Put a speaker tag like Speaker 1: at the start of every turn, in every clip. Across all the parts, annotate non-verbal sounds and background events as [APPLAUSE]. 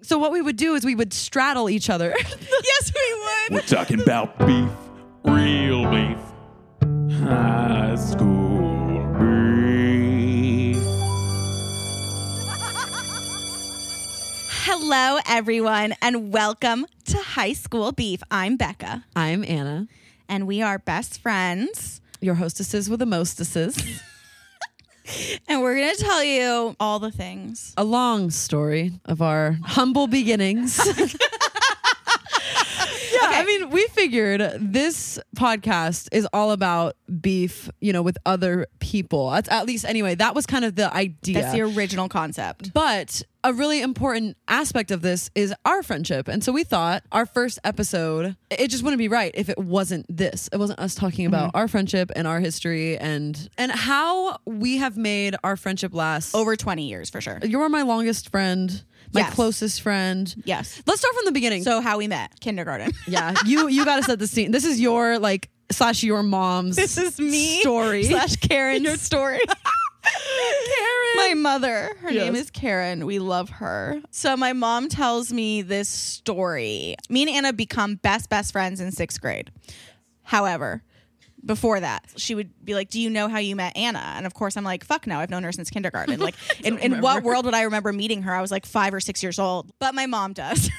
Speaker 1: So what we would do is we would straddle each other. [LAUGHS]
Speaker 2: yes, we
Speaker 3: We're
Speaker 2: would.
Speaker 3: talking about beef, real beef, high school beef.
Speaker 2: Hello, everyone, and welcome to High School Beef. I'm Becca,
Speaker 1: I'm Anna,
Speaker 2: and we are best friends.
Speaker 1: your hostesses with the mostesses.
Speaker 2: And we're going to tell you all the things.
Speaker 1: A long story of our humble beginnings. [LAUGHS] yeah, I mean, we figured this podcast is all about beef, you know, with other people. That's at least anyway, that was kind of the idea.
Speaker 2: That's the original concept.
Speaker 1: But a really important aspect of this is our friendship. And so we thought our first episode, it just wouldn't be right if it wasn't this. It wasn't us talking about
Speaker 2: Mm-hmm.
Speaker 1: our friendship and our history and and how we have made our friendship last. Oh,
Speaker 2: Over 20 years for sure.
Speaker 1: you're my longest friend, my
Speaker 2: Yes.
Speaker 1: closest friend.
Speaker 2: Yes.
Speaker 1: Let's start from the beginning.
Speaker 2: So, how we met, kindergarten.
Speaker 1: [LAUGHS] yeah, you you got to set the scene. This is your like slash your mom's
Speaker 2: This is me
Speaker 1: story.
Speaker 2: slash Karen. [LAUGHS] Your story. Karen. My mother. Her name
Speaker 1: Yes.
Speaker 2: is Karen. We love her. So my mom tells me this story. Me and Anna become best best friends in sixth grade. However, before that, she would be like, "Do you know how you met Anna?" And of course, I'm like, "Fuck no, I've known her since [LAUGHS] kindergarten." Like, in, in what world would I remember meeting her? I was like five or six years old, but my mom does.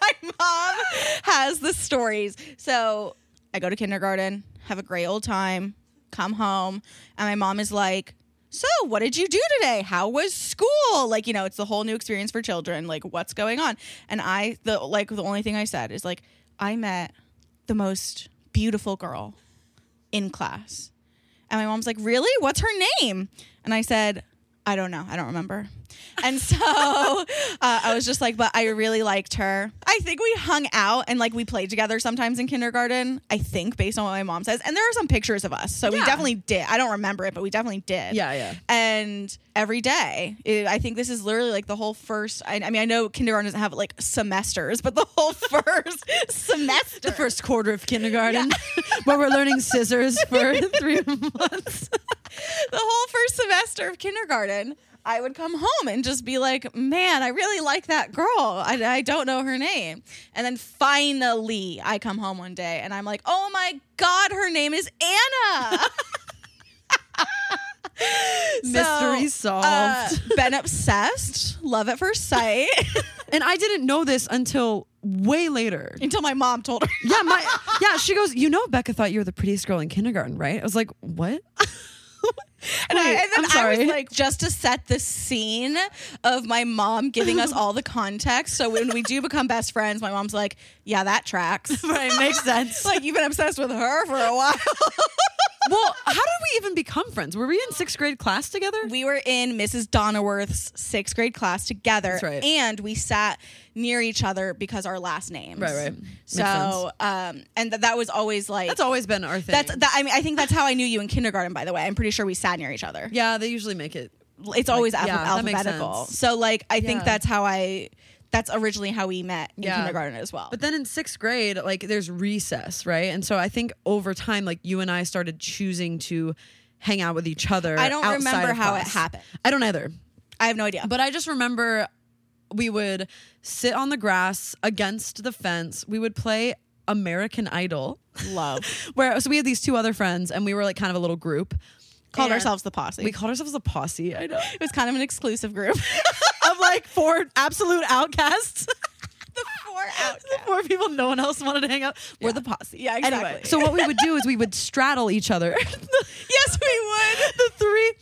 Speaker 2: my mom has the stories. So I go to kindergarten, have a great old time, come home, and my mom is like, So, what did you do today? How was school? Like, you know, it's the whole new experience for children. Like, what's going on? And I, the like, the only thing I said is, like, I met the most beautiful girl in class. And my mom's like, Really? What's her name? And I said, I don't know. I don't remember. And
Speaker 1: [LAUGHS]
Speaker 2: so uh, I was just like, But I really liked her. I think we hung out and like we played together sometimes in kindergarten, I think, based on what my mom says. And there are some pictures of us. So we
Speaker 1: Yeah.
Speaker 2: definitely did. I don't remember it, but we definitely did.
Speaker 1: Yeah, yeah.
Speaker 2: And every day, it, I think this is literally like the whole first. I, I mean, I know kindergarten doesn't have like semesters, but the whole [LAUGHS] first semester.
Speaker 1: [LAUGHS] the first quarter of kindergarten [LAUGHS] where we're learning scissors for [LAUGHS] three months.
Speaker 2: the whole first semester of kindergarten, I would come home and just be like, man, I really like that girl. I, I don't know her name. And then finally, I come home one day and I'm like, oh my God, her name is Anna. [LAUGHS] So,
Speaker 1: Mystery solved.
Speaker 2: uh, been obsessed, love at first sight, [LAUGHS]
Speaker 1: and I didn't know this until way later.
Speaker 2: until my mom told her.
Speaker 1: Yeah, my yeah, she goes, "You know Becca thought you were the prettiest girl in kindergarten, right?" I was like, "What?" [LAUGHS]
Speaker 2: And, I,
Speaker 1: Wait,
Speaker 2: and then
Speaker 1: I'm sorry.
Speaker 2: I was [LAUGHS] like, just to set the scene of my mom giving us all the context. So when we do become best friends, my mom's like, yeah,
Speaker 1: [LAUGHS]
Speaker 2: that tracks.
Speaker 1: right, makes sense.
Speaker 2: like, you've been obsessed with her for
Speaker 1: [LAUGHS]
Speaker 2: a while.
Speaker 1: well, how did we even become friends? Were we in 6th grade class together?
Speaker 2: we were in Mrs. Donaworth's sixth grade class together.
Speaker 1: That's right.
Speaker 2: And we sat near each other because our last names.
Speaker 1: Right, right. Makes
Speaker 2: So, um, and th- that was always like,
Speaker 1: That's always been our thing.
Speaker 2: that's that, I mean, I think that's how I knew you in kindergarten, by the way. I'm pretty sure we sat near each other.
Speaker 1: yeah, they usually make it.
Speaker 2: it's always
Speaker 1: Like,
Speaker 2: alpha-
Speaker 1: yeah, that makes
Speaker 2: alphabetical.
Speaker 1: sense.
Speaker 2: So like I think
Speaker 1: Yeah.
Speaker 2: that's how I that's originally how we met in
Speaker 1: Yeah.
Speaker 2: kindergarten as well.
Speaker 1: But then in 6th grade, like there's recess, right? And so I think over time like you and I started choosing to hang out with each other
Speaker 2: I don't
Speaker 1: outside
Speaker 2: remember
Speaker 1: of
Speaker 2: how it
Speaker 1: class.
Speaker 2: happened.
Speaker 1: I don't either.
Speaker 2: I have no idea.
Speaker 1: But I just remember we would sit on the grass against the fence. We would play American Idol, [LAUGHS]
Speaker 2: [LAUGHS] love.
Speaker 1: where so we had these two other friends, and we were like kind of a little group.
Speaker 2: Called
Speaker 1: And
Speaker 2: ourselves the posse.
Speaker 1: We called ourselves the posse. I know
Speaker 2: it was kind of an exclusive group.
Speaker 1: [LAUGHS] of like four absolute outcasts.
Speaker 2: [LAUGHS] the four
Speaker 1: [LAUGHS]
Speaker 2: out.
Speaker 1: [LAUGHS] Four people no one else wanted to hang out. We're the posse.
Speaker 2: Yeah, exactly.
Speaker 1: Anyway, so what we would do is we would straddle each other. [LAUGHS]
Speaker 2: yes, we would.
Speaker 1: the three,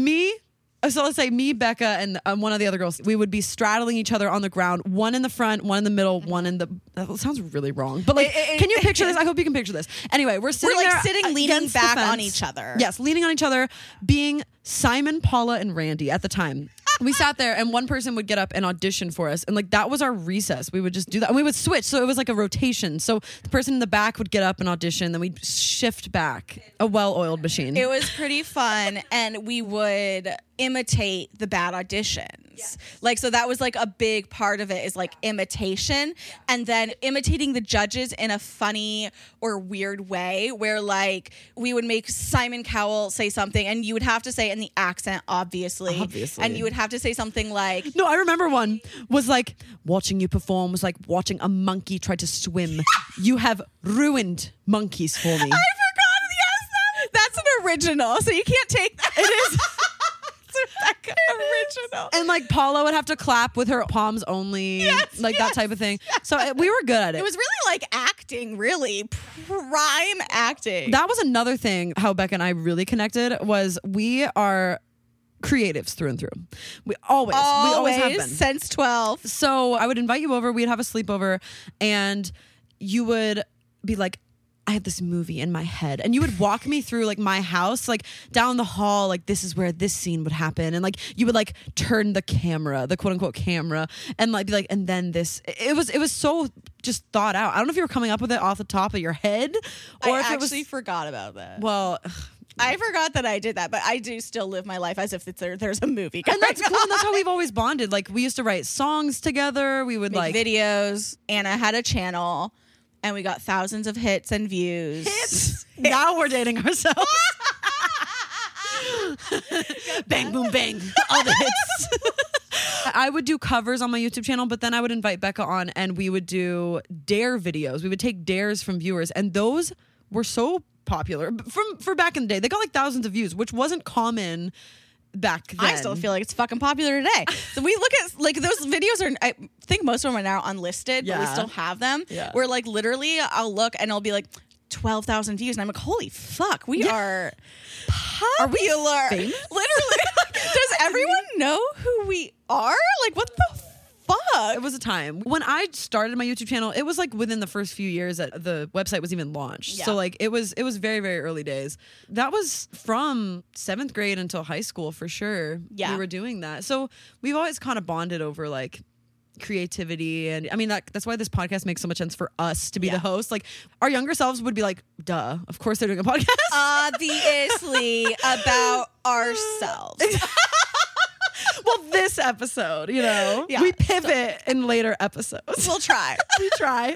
Speaker 1: me. uh, So let's say me, Becca, and um, one of the other girls, we would be straddling each other on the ground, one in the front, one in the middle, one in the. That sounds really wrong, but like,
Speaker 2: It- it-
Speaker 1: can you picture this? I hope you can picture this. Anyway, we're sitting
Speaker 2: We're, like,
Speaker 1: there
Speaker 2: sitting leaning
Speaker 1: against the
Speaker 2: back on
Speaker 1: fence.
Speaker 2: each other.
Speaker 1: Yes, leaning on each other, being Simon, Paula, and Randy at the time. We sat there, and one person would get up and audition for us, and like that was our recess. We would just do that, and we would switch. So it was like a rotation. So the person in the back would get up and audition, then we'd shift back. A well-oiled machine.
Speaker 2: It was pretty fun, and we would imitate the bad auditions. Like, so that was like a big part of it is like imitation, and then imitating the judges in a funny or weird way, where like we would make Simon Cowell say something, and you would have to say, and the accent, obviously.
Speaker 1: Obviously.
Speaker 2: And you would have to say something like,
Speaker 1: No, I remember one was like watching you perform was like watching a monkey try to swim. you have ruined monkeys for me.
Speaker 2: I forgot. Yes, that- that's an original. So you can't take that. It [LAUGHS] is. Rebecca original.
Speaker 1: and like Paula would have to clap with her palms only,
Speaker 2: Yes,
Speaker 1: like that
Speaker 2: yes,
Speaker 1: type of thing. So uh, we were good at it.
Speaker 2: It was really like acting, really prime acting.
Speaker 1: that was another thing how Becca and I really connected was we are creatives through and through. We always,
Speaker 2: always,
Speaker 1: we always have been.
Speaker 2: since twelve.
Speaker 1: so I would invite you over. We'd have a sleepover, and you would be like, "I have this movie in my head," and you would walk me through like my house, like down the hall, like this is where this scene would happen, and like you would like turn the camera, the quote unquote camera, and like be like, and then this. It was it was so just thought out. I don't know if you were coming up with it off the top of your head, or
Speaker 2: I
Speaker 1: if
Speaker 2: actually
Speaker 1: it was
Speaker 2: forgot about that.
Speaker 1: well.
Speaker 2: I forgot that I did that, but I do still live my life as if it's there, there's a movie.
Speaker 1: And that's
Speaker 2: [LAUGHS]
Speaker 1: cool. And that's how we've always bonded. Like we used to write songs together. We would like [LAUGHS]
Speaker 2: videos. Anna had a channel, and we got thousands of hits and views.
Speaker 1: now we're dating ourselves. [LAUGHS] bang, boom, bang. All the hits. [LAUGHS] I would do covers on my YouTube channel, but then I would invite Becca on and we would do dare videos. We would take dares from viewers, and those were so popular B- from for back in the day. They got like thousands of views, which wasn't common back then.
Speaker 2: I still feel like it's fucking popular today. So we look at like those videos are. I think most of them are now unlisted, but
Speaker 1: Yeah.
Speaker 2: we still have them.
Speaker 1: Yeah.
Speaker 2: Where like literally, I'll look and I'll be like. 12,000 views and I'm like holy fuck we are popular [LAUGHS] literally
Speaker 1: famous?
Speaker 2: like, does
Speaker 1: [LAUGHS]
Speaker 2: everyone know who we are like what the fuck
Speaker 1: it was a time when I started my YouTube channel. It was like within the first few years that the website was even launched.
Speaker 2: Yeah.
Speaker 1: So like it was it was very very early days. That was from seventh grade until high school for sure.
Speaker 2: Yeah.
Speaker 1: we were doing that. So we've always kind of bonded over like creativity and I mean that that's why this podcast makes so much sense for us to be
Speaker 2: Yeah.
Speaker 1: the host. Like our younger selves would be like, "Duh, of course they're doing a podcast." [LAUGHS]
Speaker 2: obviously [LAUGHS] about ourselves
Speaker 1: well, this episode, you know,
Speaker 2: [LAUGHS] Yeah.
Speaker 1: we pivot in later episodes. [LAUGHS]
Speaker 2: we'll try
Speaker 1: we try,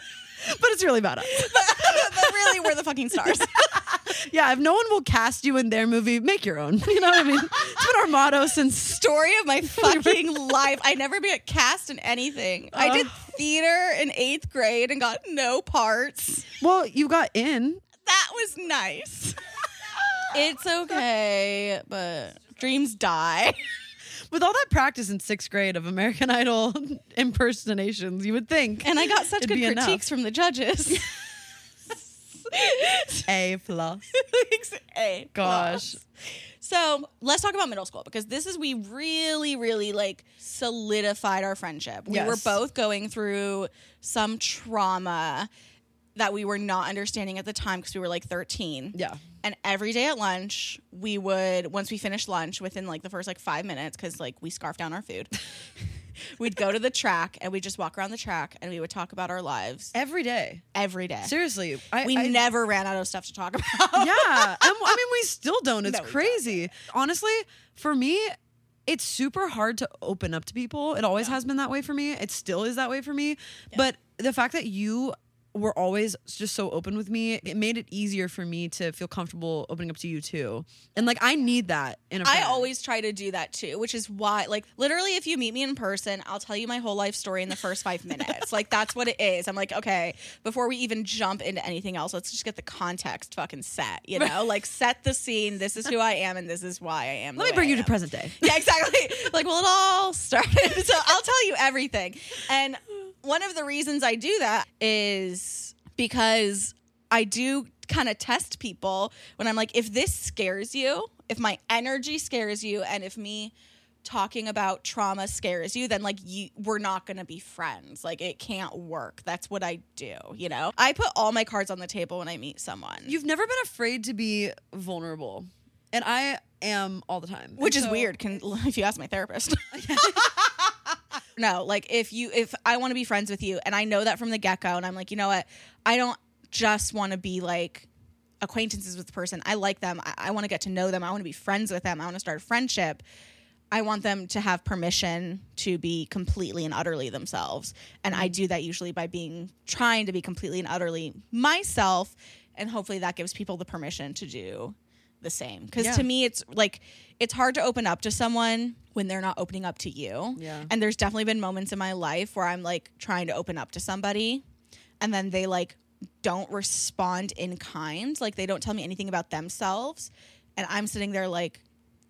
Speaker 1: but it's really about us.
Speaker 2: but really we're the fucking stars
Speaker 1: Yeah, if no one will cast you in their movie, make your own. [LAUGHS] You know what I mean? It's been our motto since.
Speaker 2: story
Speaker 1: [LAUGHS]
Speaker 2: of my fucking life. I never be cast in anything. I did theater in eighth grade and got no parts.
Speaker 1: Well, you got in.
Speaker 2: That was nice. it's okay, but dreams die.
Speaker 1: With all that practice in sixth grade of American Idol [LAUGHS] impersonations, you would think.
Speaker 2: And I got such
Speaker 1: It'd
Speaker 2: good
Speaker 1: be
Speaker 2: critiques
Speaker 1: enough.
Speaker 2: from the judges.
Speaker 1: [LAUGHS]
Speaker 2: [LAUGHS]
Speaker 1: A plus.
Speaker 2: Thanks, A.
Speaker 1: Gosh.
Speaker 2: So let's talk about middle school because this is we really, really like solidified our friendship. We were
Speaker 1: Yes.
Speaker 2: both going through some trauma that we were not understanding at the time because we were like 13.
Speaker 1: Yeah.
Speaker 2: And every day at lunch, we would once we finished lunch within like the first like five minutes because like we scarfed down our food. [LAUGHS] we'd go to the track and we'd just walk around the track and we would talk about our lives
Speaker 1: Every day.
Speaker 2: every day.
Speaker 1: Seriously. I,
Speaker 2: we
Speaker 1: I-
Speaker 2: never ran out of stuff to talk [LAUGHS] about.
Speaker 1: yeah. And, I mean, we still don't. It's
Speaker 2: No, we don't.
Speaker 1: crazy. Honestly, for me, it's super hard to open up to people. It always has been that way for me. It still is that way for me. But the fact that you were always just so open with me, it made it easier for me to feel comfortable opening up to you too. And like, I need that in a
Speaker 2: I
Speaker 1: friend.
Speaker 2: always try to do that too, which is why, like, literally, if you meet me in person, I'll tell you my whole life story in the
Speaker 1: [LAUGHS]
Speaker 2: first five minutes. like, that's what it is. I'm like, okay, before we even jump into anything else, let's just get the context fucking
Speaker 1: [LAUGHS]
Speaker 2: set, you know? like, set the scene. This is who I am, and this is why I am.
Speaker 1: Let
Speaker 2: the
Speaker 1: me
Speaker 2: way
Speaker 1: bring
Speaker 2: I
Speaker 1: you to
Speaker 2: am.
Speaker 1: present day.
Speaker 2: Yeah, exactly. [LAUGHS] like, well, it all started. [LAUGHS] So I'll tell you everything. And one of the reasons I do that is because I do kind of test people when I'm like, if this scares you, if my energy scares you, and if me talking about trauma scares you then like you we're not going to be friends like it can't work that's what i do you know i put all my cards on the table when i meet someone
Speaker 1: You've never been afraid to be vulnerable. And I am all the time.
Speaker 2: which
Speaker 1: And
Speaker 2: is
Speaker 1: so-
Speaker 2: weird can, [LAUGHS] if you ask my therapist no like if you if i want to be friends with you and i know that from the get-go and i'm like you know what i don't just want to be like acquaintances with the person i like them i, I want to get to know them i want to be friends with them i want to start a friendship i want them to have permission to be completely and utterly themselves and
Speaker 1: Mm-hmm.
Speaker 2: i do that usually by being trying to be completely and utterly myself and hopefully that gives people the permission to do the same. Because
Speaker 1: Yeah.
Speaker 2: to me, it's like it's hard to open up to someone when they're not opening up to you.
Speaker 1: Yeah.
Speaker 2: And there's definitely been moments in my life where I'm like trying to open up to somebody, and then they like don't respond in kind. Like they don't tell me anything about themselves, and I'm sitting there like.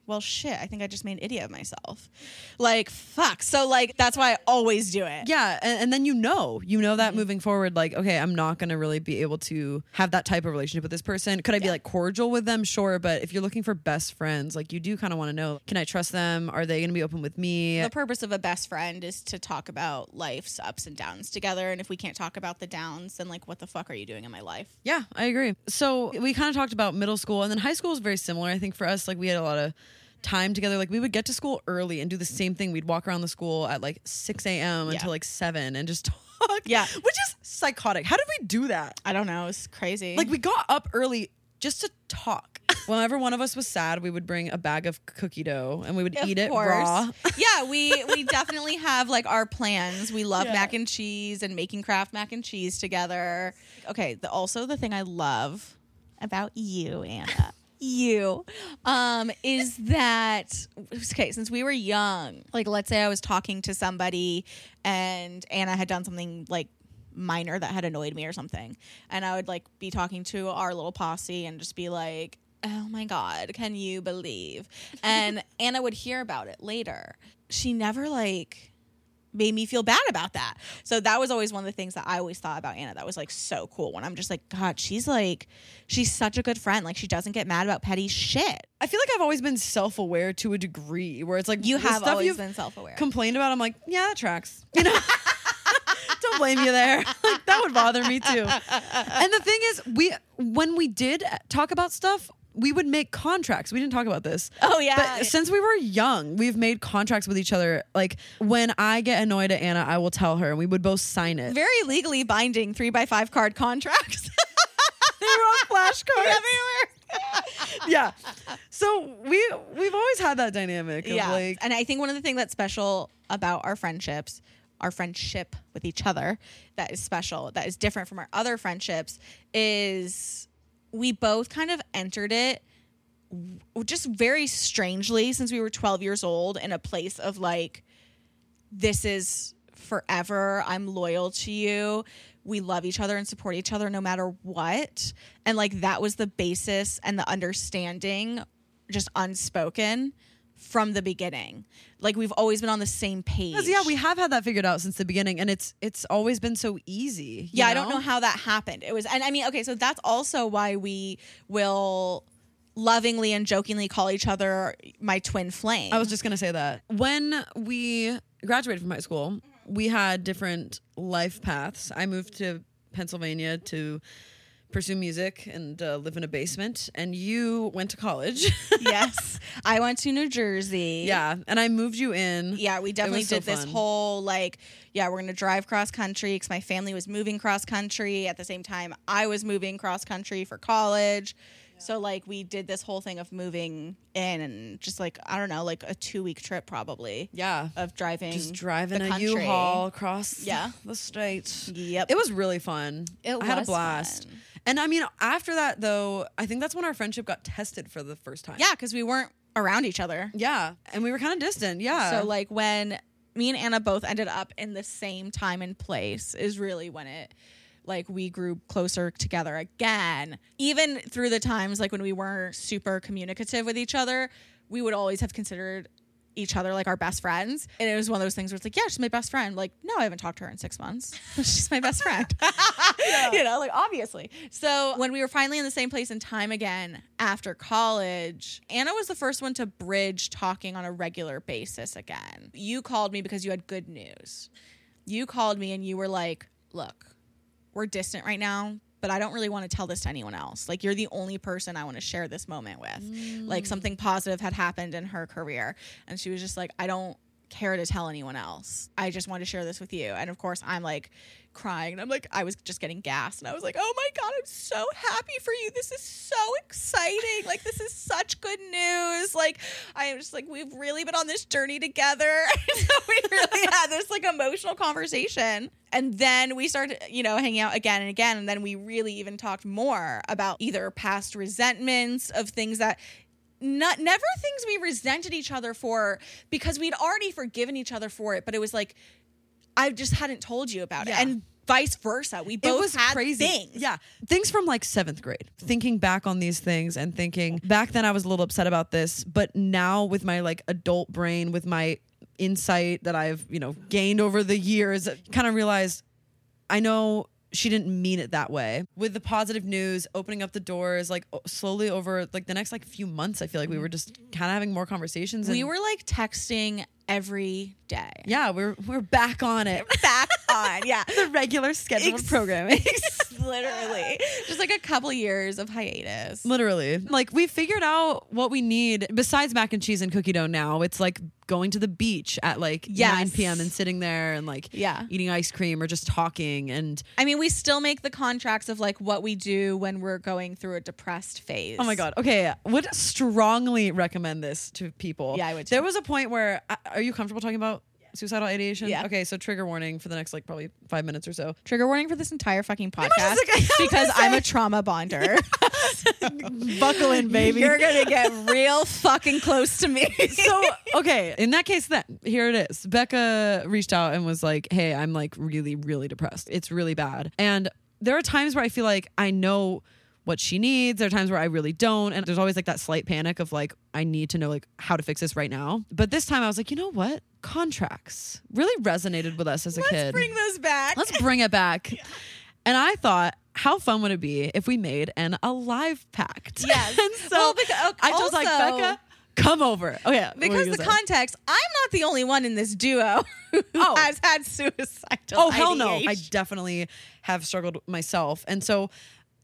Speaker 2: Well, shit, I think I just made an idiot of myself. Like, fuck. So, like, that's why I always do it.
Speaker 1: Yeah, and, and then you know, you know
Speaker 2: Mm-hmm.
Speaker 1: that moving forward, like, okay, I'm not gonna really be able to have that type of relationship with this person. Could I be like cordial with them? Sure, but if you're looking for best friends, like, you do kind of want to know, can I trust them? Are they gonna be open with me?
Speaker 2: The purpose of a best friend is to talk about life's ups and downs together. And if we can't talk about the downs, then like, what the fuck are you doing in my life?
Speaker 1: Yeah, I agree. So we kind of talked about middle school, and then high school is very similar. I think for us, like we had a lot of time together. Like we would get to school early and do the same thing. We'd walk around the school at like six a.m.
Speaker 2: Yeah.
Speaker 1: until like seven and just [LAUGHS] talk.
Speaker 2: Yeah.
Speaker 1: which is psychotic. How did we do that?
Speaker 2: I don't know. It's crazy.
Speaker 1: Like we got up early just to
Speaker 2: [LAUGHS]
Speaker 1: talk. Whenever one of us was sad, we would bring a bag of cookie dough and we would eat it raw.
Speaker 2: [LAUGHS] yeah, we we definitely have like our plans. We love
Speaker 1: Yeah.
Speaker 2: mac and cheese and making craft mac and cheese together. Okay, the, also the thing I love about you, Anna. You um is that okay since we were young like let's say I was talking to somebody and Anna had done something like minor that had annoyed me or something and I would like be talking to our little posse and just be like oh my god can you believe [LAUGHS] and Anna would hear about it later she never like made me feel bad about that so that was always one of the things that I always thought about Anna that was like so cool when I'm just like god she's like she's such a good friend like she doesn't get mad about petty shit
Speaker 1: I feel like I've always been self-aware to a degree, where it's like
Speaker 2: you
Speaker 1: the
Speaker 2: have
Speaker 1: stuff
Speaker 2: always
Speaker 1: you've
Speaker 2: been self-aware
Speaker 1: complained about, I'm like, yeah, that tracks. [LAUGHS] You know, don't blame you there. [LAUGHS] Like, that would bother me too. And the thing is, we when we did talk about stuff, we would make contracts. We didn't talk about this.
Speaker 2: Oh, yeah.
Speaker 1: But since we were young, we've made contracts with each other. Like when I get annoyed at Anna, I will tell her, and we would both sign it.
Speaker 2: very legally binding three by five card contracts [LAUGHS]
Speaker 1: they were on flashcards.
Speaker 2: everywhere
Speaker 1: yeah. So we we've always had that dynamic of
Speaker 2: yeah.
Speaker 1: like
Speaker 2: and I think one of the things that's special about our friendships, our friendship with each other, that is special, that is different from our other friendships, is we both kind of entered it w- just very strangely since we were 12 years old in a place of like, this is forever. I'm loyal to you. We love each other and support each other no matter what. And like that was the basis and the understanding, just unspoken from the beginning. Like we've always been on the same page.
Speaker 1: 'Cause, yeah, we have had that figured out since the beginning, and it's it's always been so easy. you
Speaker 2: yeah, I don't know how that happened. It was, and I mean, okay, so that's also why we will lovingly and jokingly call each other my twin flame.
Speaker 1: I was just gonna say that when we graduated from high school, we had different life paths. I moved to Pennsylvania to pursue music and uh, live in a basement, and you went to college. [LAUGHS]
Speaker 2: yes, I went to New Jersey.
Speaker 1: yeah, and I moved you in.
Speaker 2: Yeah, we definitely
Speaker 1: was so
Speaker 2: did this
Speaker 1: fun.
Speaker 2: whole like, yeah, we're gonna drive cross country because my family was moving cross country at the same time I was moving cross country for college. So like we did this whole thing of moving in and just like I don't know, like a two week trip probably
Speaker 1: yeah,
Speaker 2: of driving,
Speaker 1: just driving
Speaker 2: the
Speaker 1: a
Speaker 2: country.
Speaker 1: U-Haul across
Speaker 2: Yeah.
Speaker 1: the states.
Speaker 2: Yep,
Speaker 1: It was really fun.
Speaker 2: It
Speaker 1: I had a
Speaker 2: was
Speaker 1: blast.
Speaker 2: fun.
Speaker 1: And I mean, after that though, I think that's when our friendship got tested for the first time.
Speaker 2: yeah, because we weren't around each other.
Speaker 1: Yeah. And we were kind of distant. Yeah.
Speaker 2: So like when me and Anna both ended up in the same time and place is really when it like we grew closer together again. Even through the times like when we weren't super communicative with each other, we would always have considered each other like our best friends. And it was one of those things where it's like, yeah, she's my best friend. Like, no, I haven't talked to her in six months. [LAUGHS] she's my best friend. [LAUGHS] You know, like obviously. So when we were finally in the same place in time again after college, Anna was the first one to bridge talking on a regular basis again. You called me because you had good news. You called me and you were like, look, we're distant right now, but I don't really want to tell this to anyone else. Like, you're the only person I want to share this moment with. Like, something positive had happened in her career. And she was just like, I don't care to tell anyone else. I just wanted to share this with you. And of course, I'm like crying and I'm like, I was just getting gas and I was like, oh my God, I'm so happy for you. This is so exciting. Like, this is such good news. Like, I am just like, we've really been on this journey together. [LAUGHS] so we really had this like emotional conversation. And then we started, you know, hanging out again and again. And then we really even talked more about either past resentments of things that not never things we resented each other for because we'd already forgiven each other for it, but it was like I just hadn't told you about
Speaker 1: Yeah.
Speaker 2: it, and vice versa. We
Speaker 1: it
Speaker 2: both
Speaker 1: was
Speaker 2: had
Speaker 1: crazy.
Speaker 2: things.
Speaker 1: Yeah, things from like seventh grade. Thinking back on these things and thinking back then, I was a little upset about this, but now with my like adult brain, with my insight that I've you know gained over the years, kind of realized I know she didn't mean it that way. With the positive news, opening up the doors, like o- slowly over like the next like few months, I feel like we were just kind of having more conversations.
Speaker 2: we
Speaker 1: and-
Speaker 2: were like texting every day.
Speaker 1: yeah, we're we're [LAUGHS] back on it. [LAUGHS]
Speaker 2: Back on, [LAUGHS] yeah.
Speaker 1: the regular scheduled
Speaker 2: Ex-
Speaker 1: programming. [LAUGHS]
Speaker 2: Literally, just like a couple years of hiatus.
Speaker 1: Literally. Like we figured out what we need besides mac and cheese and cookie dough now. It's like going to the beach at like
Speaker 2: Yes.
Speaker 1: 9 p.m. and sitting there and like
Speaker 2: Yeah.
Speaker 1: eating ice cream or just talking and
Speaker 2: I mean, we still make the contracts of like what we do when we're going through a depressed phase.
Speaker 1: Oh my god. Okay, would strongly recommend this to people.
Speaker 2: Yeah, I would,
Speaker 1: There
Speaker 2: too.
Speaker 1: was a point where I- are you comfortable talking about suicidal ideation?
Speaker 2: Yeah.
Speaker 1: Okay, so trigger warning for the next like probably 5 minutes or so.
Speaker 2: Trigger warning for this entire fucking podcast
Speaker 1: just like- [LAUGHS] I was gonna
Speaker 2: because I'm
Speaker 1: say.
Speaker 2: a trauma bonder. [LAUGHS]
Speaker 1: Buckle in, baby.
Speaker 2: You're gonna get real fucking close
Speaker 1: [LAUGHS]
Speaker 2: to me.
Speaker 1: so okay in that case then here it is becca reached out and was like hey i'm like really really depressed it's really bad and there are times where i feel like i know what she needs there are times where i really don't and there's always like that slight panic of like i need to know like how to fix this right now but this time i was like you know what contracts really resonated with us as a kid
Speaker 2: bring those back.
Speaker 1: Let's bring it
Speaker 2: [LAUGHS]
Speaker 1: back. And I thought, how fun would it be if we made an alive pact?
Speaker 2: [LAUGHS]
Speaker 1: [LAUGHS]
Speaker 2: Yes.
Speaker 1: and so
Speaker 2: Well, beca-
Speaker 1: I just like
Speaker 2: also-
Speaker 1: Becca, come over. Oh yeah, what were you
Speaker 2: because
Speaker 1: gonna
Speaker 2: the
Speaker 1: say?
Speaker 2: context, I'm not the only one in this duo [LAUGHS] who
Speaker 1: Oh.
Speaker 2: has had suicidal.
Speaker 1: Oh hell no, I
Speaker 2: ideation.
Speaker 1: definitely have struggled myself, and so.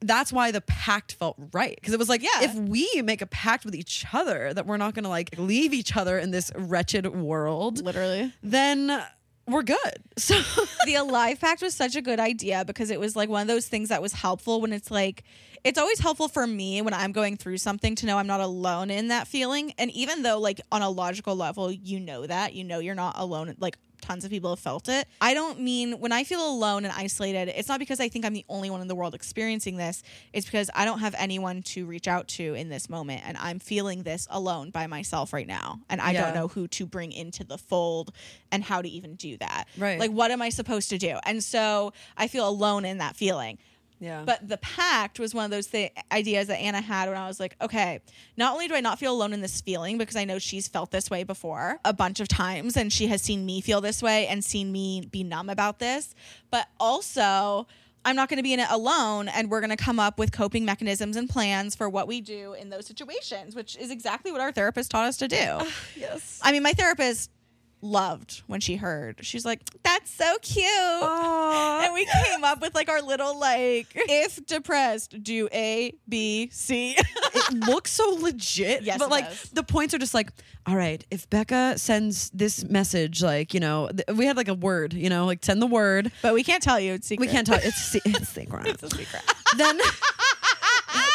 Speaker 1: That's why the pact felt right because it was like,
Speaker 2: Yeah.
Speaker 1: if we make a pact with each other that we're not going to like leave each other in this wretched world,
Speaker 2: literally.
Speaker 1: then we're good. [LAUGHS] So
Speaker 2: the alive pact was such a good idea because it was like one of those things that was helpful when it's like it's always helpful for me when i'm going through something to know i'm not alone in that feeling and even though like on a logical level you know that you know you're not alone like tons of people have felt it i don't mean when i feel alone and isolated it's not because i think i'm the only one in the world experiencing this it's because i don't have anyone to reach out to in this moment and i'm feeling this alone by myself right now and i
Speaker 1: Yeah.
Speaker 2: don't know who to bring into the fold and how to even do that
Speaker 1: Right.
Speaker 2: like what am I supposed to do? And so I feel alone in that feeling.
Speaker 1: yeah, but
Speaker 2: But the pact was one of those th- ideas that Anna had when I was like, okay, not only do I not feel alone in this feeling because I know she's felt this way before a bunch of times and she has seen me feel this way and seen me be numb about this, but also I'm not going to be in it alone and we're going to come up with coping mechanisms and plans for what we do in those situations, which is exactly what our therapist taught us to do.
Speaker 1: Ah. yes.
Speaker 2: I mean, my therapist loved when she heard. She's like, "That's so cute." And we came up with like our little like, if depressed, do A, B, C. [LAUGHS]
Speaker 1: it looks so legit.
Speaker 2: Yes,
Speaker 1: but
Speaker 2: it
Speaker 1: like
Speaker 2: does.
Speaker 1: the points are just like, all right, if Becca sends this message, like you know, th- we had like a word, you know, like send the word.
Speaker 2: but we can't tell you. It's secret.
Speaker 1: We can't talk. It's se- it's secret.
Speaker 2: [LAUGHS] It's a secret.
Speaker 1: then.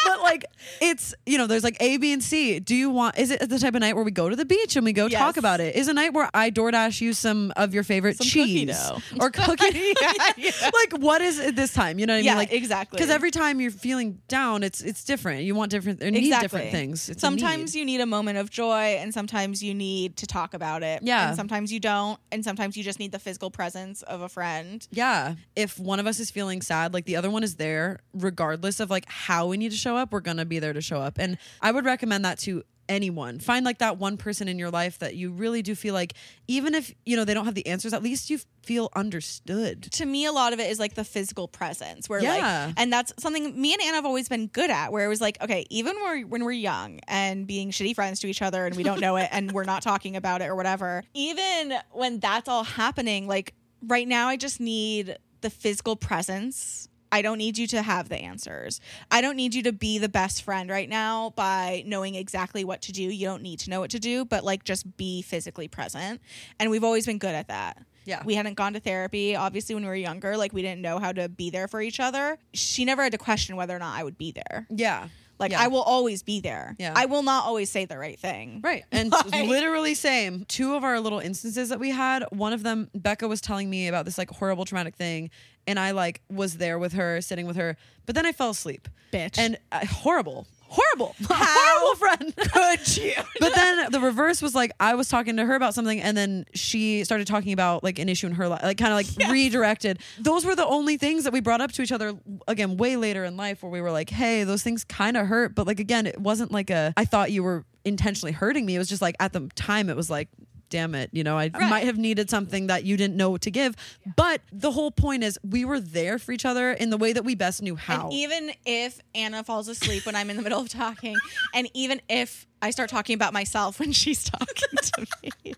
Speaker 1: but like it's you know there's like A B and C. Do you want? Is it the type of night where we go to the beach and we go
Speaker 2: Yes.
Speaker 1: talk about it? Is a night where I DoorDash you some of your favorite
Speaker 2: Some cookie
Speaker 1: cheese
Speaker 2: dough.
Speaker 1: or cookie?
Speaker 2: [LAUGHS]
Speaker 1: [LAUGHS]
Speaker 2: Yeah, yeah.
Speaker 1: Like what is it this time? You know what I mean?
Speaker 2: Yeah,
Speaker 1: Like
Speaker 2: exactly.
Speaker 1: Because every time you're feeling down, it's it's different. You want different. Or need different things. It's a need.
Speaker 2: sometimes you need a moment of joy, and sometimes you need to talk about it.
Speaker 1: Yeah.
Speaker 2: And sometimes you don't, and sometimes you just need the physical presence of a friend.
Speaker 1: Yeah. If one of us is feeling sad, like the other one is there, regardless of like how we need to show up, we're gonna be there to show up. And I would recommend that to anyone. Find like that one person in your life that you really do feel like, even if you know they don't have the answers, at least you feel understood.
Speaker 2: to me a lot of it is like the physical presence where
Speaker 1: Yeah.
Speaker 2: like and that's something me and anna have always been good at where it was like okay even when we're, when we're young and being shitty friends to each other and we don't know it and we're not talking about it or whatever even when that's all happening like right now i just need the physical presence I don't need you to have the answers. I don't need you to be the best friend right now by knowing exactly what to do. You don't need to know what to do, but like just be physically present. And we've always been good at that.
Speaker 1: Yeah.
Speaker 2: We hadn't gone to therapy. Obviously, when we were younger, like we didn't know how to be there for each other. She never had to question whether or not I would be there.
Speaker 1: Yeah.
Speaker 2: Like,
Speaker 1: Yeah.
Speaker 2: I will always be there.
Speaker 1: Yeah.
Speaker 2: I will not always say the right thing.
Speaker 1: Right. And
Speaker 2: Like-
Speaker 1: literally same. Two of our little instances that we had, one of them Becca was telling me about this like horrible traumatic thing and I like was there with her, sitting with her, but then I fell asleep.
Speaker 2: Bitch.
Speaker 1: And uh, horrible. Horrible. [LAUGHS]
Speaker 2: How
Speaker 1: horrible friend.
Speaker 2: [LAUGHS] Could you?
Speaker 1: but then the reverse was like I was talking to her about something, and then she started talking about like an issue in her life, like kind of like redirected. Those were the only things that we brought up to each other again way later in life, where we were like, "Hey, those things kind of hurt," but like again, it wasn't like a I thought you were intentionally hurting me. It was just like at the time, it was like. Damn it, you know, I might have needed something that you didn't know to give. But the whole point is, we were there for each other in the way that we best knew how.
Speaker 2: And e even if Anna falls asleep when I'm in the middle
Speaker 1: [LAUGHS]
Speaker 2: of talking, and even if I start talking about myself when she's talking to me,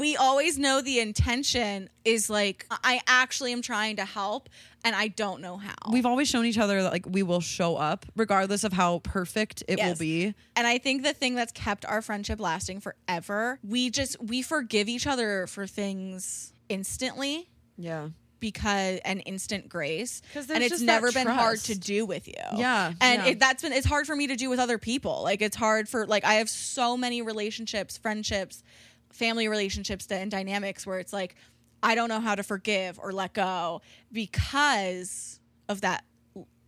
Speaker 2: we always know the intention is like, I actually am trying to help and I don't know how.
Speaker 1: We've always shown each other that, like, we will show up regardless of how perfect it will
Speaker 2: Yes.
Speaker 1: be.
Speaker 2: And I think the thing that's kept our friendship lasting forever, we just, we forgive each other for things instantly
Speaker 1: Yeah.
Speaker 2: because an instant grace
Speaker 1: 'Cause there's
Speaker 2: and it's
Speaker 1: just
Speaker 2: never
Speaker 1: that
Speaker 2: been hard to
Speaker 1: trust.
Speaker 2: do with you
Speaker 1: Yeah,
Speaker 2: and
Speaker 1: yeah.
Speaker 2: It, that's been it's hard for me to do with other people like it's hard for like i have so many relationships friendships family relationships that and dynamics where it's like i don't know how to forgive or let go because of that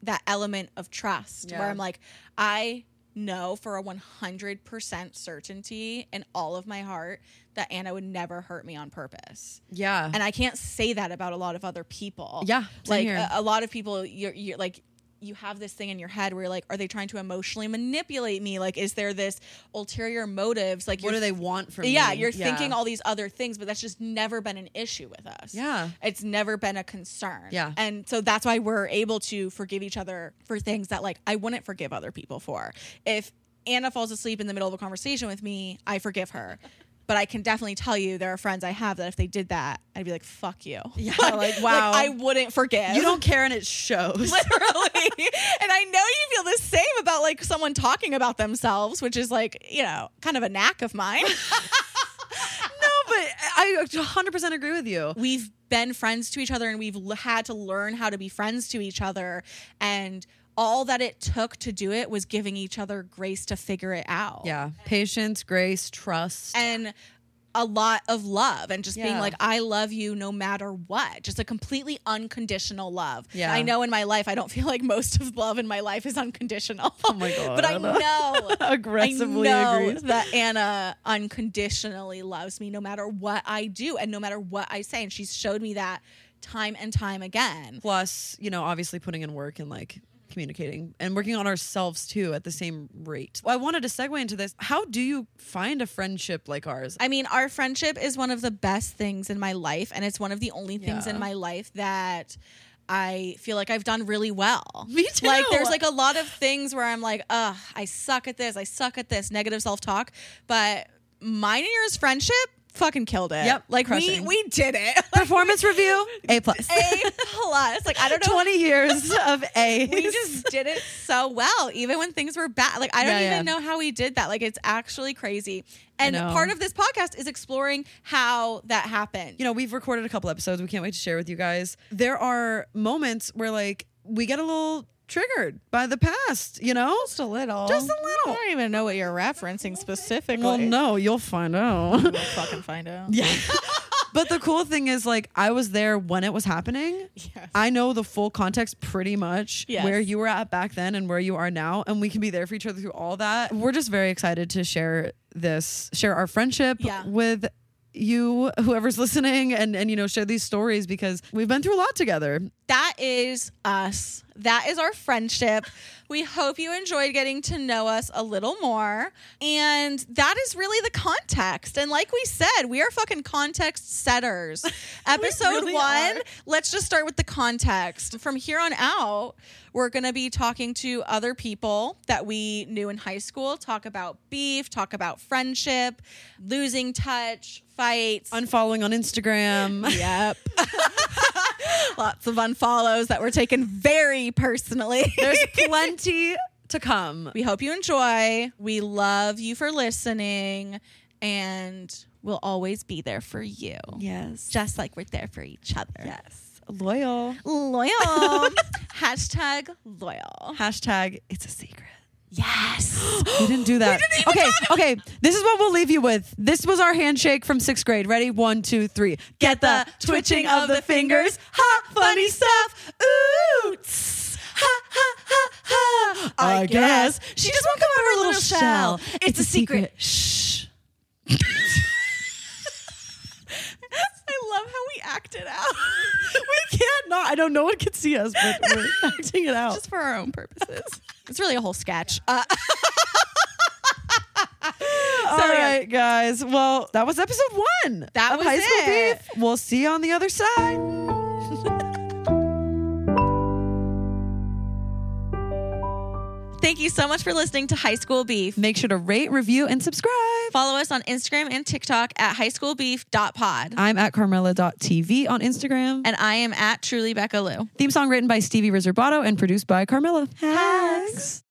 Speaker 2: that element of trust where
Speaker 1: Yeah.
Speaker 2: i'm like i know for a 100% certainty in all of my heart that anna would never hurt me on purpose
Speaker 1: Yeah.
Speaker 2: and I can't say that about a lot of other people.
Speaker 1: Yeah, same
Speaker 2: like
Speaker 1: here.
Speaker 2: a, a lot of people, you're, you're like. You have this thing in your head where you're like, are they trying to emotionally manipulate me? Like, is there this ulterior motives? Like,
Speaker 1: what
Speaker 2: you're-
Speaker 1: do they want from me?
Speaker 2: Yeah, you're thinking all these other things, but that's just never been an issue with us.
Speaker 1: Yeah.
Speaker 2: it's never been a concern.
Speaker 1: Yeah.
Speaker 2: and so that's why we're able to forgive each other for things that like I wouldn't forgive other people for. If Anna falls asleep in the middle of a conversation with me, I
Speaker 1: [LAUGHS]
Speaker 2: forgive her. But I can definitely tell you there are friends I have that if they did that, I'd be [LAUGHS] like, fuck you.
Speaker 1: [LAUGHS] [LAUGHS] Yeah, like, wow.
Speaker 2: I wouldn't forgive.
Speaker 1: You don't care, and it shows. [LAUGHS]
Speaker 2: [LAUGHS] literally. [LAUGHS] and I know you feel the same about like someone talking about themselves, which is like, you know, kind of a knack of mine. [LAUGHS]
Speaker 1: but I 100% agree with you.
Speaker 2: we've been friends to each other and we've l- had to learn how to be friends to each other and all that it took to do it was giving each other grace to figure it out
Speaker 1: Yeah. Patience, grace, trust.
Speaker 2: and a lot of love and just being
Speaker 1: Yeah.
Speaker 2: like i love you no matter what just a completely unconditional love
Speaker 1: Yeah.
Speaker 2: i know in my life i don't feel like most of love in my life is unconditional oh
Speaker 1: my God.
Speaker 2: [LAUGHS] but i know
Speaker 1: [LAUGHS] Aggressively
Speaker 2: I know
Speaker 1: agrees.
Speaker 2: [LAUGHS] that Anna unconditionally loves me no matter what I do and no matter what I say. And she's showed me that time and time again.
Speaker 1: Plus, you know, obviously putting in work and like communicating and working on ourselves too at the same rate. Well, I wanted to segue into this. How do you find a friendship like ours?
Speaker 2: I mean, our friendship is one of the best things in my life, and it's one of the only things
Speaker 1: Yeah.
Speaker 2: in my life that I feel like I've done really well.
Speaker 1: Me too.
Speaker 2: Like, there's like a lot of things where I'm like, ugh, I suck at this, I suck at this, negative self talk. But mine and yours friendship fucking killed it.
Speaker 1: Yep,
Speaker 2: Like, we,
Speaker 1: crushing.
Speaker 2: we did it. [LAUGHS]
Speaker 1: performance review, A plus.
Speaker 2: A plus. Like, I don't
Speaker 1: [LAUGHS]
Speaker 2: know
Speaker 1: 20 years of A.
Speaker 2: [LAUGHS] we just did it so well, even when things were bad. Like I don't
Speaker 1: Yeah,
Speaker 2: even
Speaker 1: yeah.
Speaker 2: know how we did that. Like it's actually crazy. And
Speaker 1: know.
Speaker 2: part of this podcast is exploring how that happened.
Speaker 1: you know, we've recorded a couple episodes. We can't wait to share with you guys. There are moments where like we get a little triggered by the past, you know?
Speaker 2: just a little,
Speaker 1: Just a little.
Speaker 2: don't even know what you're referencing specifically.
Speaker 1: Well, no, you'll find out. [LAUGHS]
Speaker 2: we'll fucking find out.
Speaker 1: yeah. but the cool thing is like I was there when it was happening. I know the full context pretty much
Speaker 2: Yes.
Speaker 1: where you were at back then and where you are now and we can be there for each other through all that. We're just very excited to share this, share our friendship
Speaker 2: Yeah.
Speaker 1: with you whoever's [LAUGHS] listening and and you know share these stories because we've been through a lot together
Speaker 2: that is us. That is our friendship. We hope you enjoyed getting to know us a little more. And that is really the context. And like we said, we are fucking context [LAUGHS] setters. Episode
Speaker 1: really
Speaker 2: one,
Speaker 1: are.
Speaker 2: let's just start with the context. From here on out, we're going to be talking to other people that we knew in high school, talk about beef, talk about friendship, losing touch, fights,
Speaker 1: unfollowing on Instagram.
Speaker 2: Yep. Lots of unfollows that were taken very [LAUGHS] personally.
Speaker 1: [LAUGHS] There's plenty to come.
Speaker 2: we hope you enjoy. We love you for listening, and we'll always be there for you.
Speaker 1: Yes.
Speaker 2: Just like we're there for each other.
Speaker 1: Yes. Loyal.
Speaker 2: Loyal. [LAUGHS] Hashtag loyal.
Speaker 1: Hashtag it's a [GASPS] secret.
Speaker 2: [GASPS] Yes.
Speaker 1: We didn't do that. okay, okay. This is what we'll leave you with. This was our handshake from sixth grade. Ready? One, two, three. Get the twitching of the fingers. Ha! Funny stuff. Ooh. tss. Ha ha ha ha. I guess she just won't come out of her little shell. It's a secret. Shh.
Speaker 2: I love how we act it out.
Speaker 1: We can't not. I don't. No one can see us, [LAUGHS] but we're acting it out.
Speaker 2: [LAUGHS] Just for our own purposes. It's really a whole sketch. Uh,
Speaker 1: All right, guys. Well, that was episode one.
Speaker 2: That
Speaker 1: of
Speaker 2: was
Speaker 1: High School
Speaker 2: it.
Speaker 1: Beef. We'll see you on the other side.
Speaker 2: thank you so much for listening to High School Beef.
Speaker 1: Make sure to rate, review, and subscribe.
Speaker 2: Follow us on Instagram and TikTok at highschoolbeef.pod.
Speaker 1: I'm at Carmela.tv on Instagram.
Speaker 2: And I am at truly Becca Lou.
Speaker 1: Theme song written by Stevie Riserbato and produced by Carmela. Hacks.